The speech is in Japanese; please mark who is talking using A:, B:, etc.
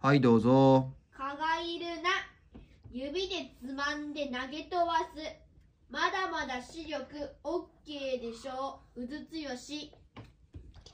A: はい、どうぞ。
B: 蚊がいるな指でつまんで投げ飛ばすまだまだ視力オッケーでしょううずつよし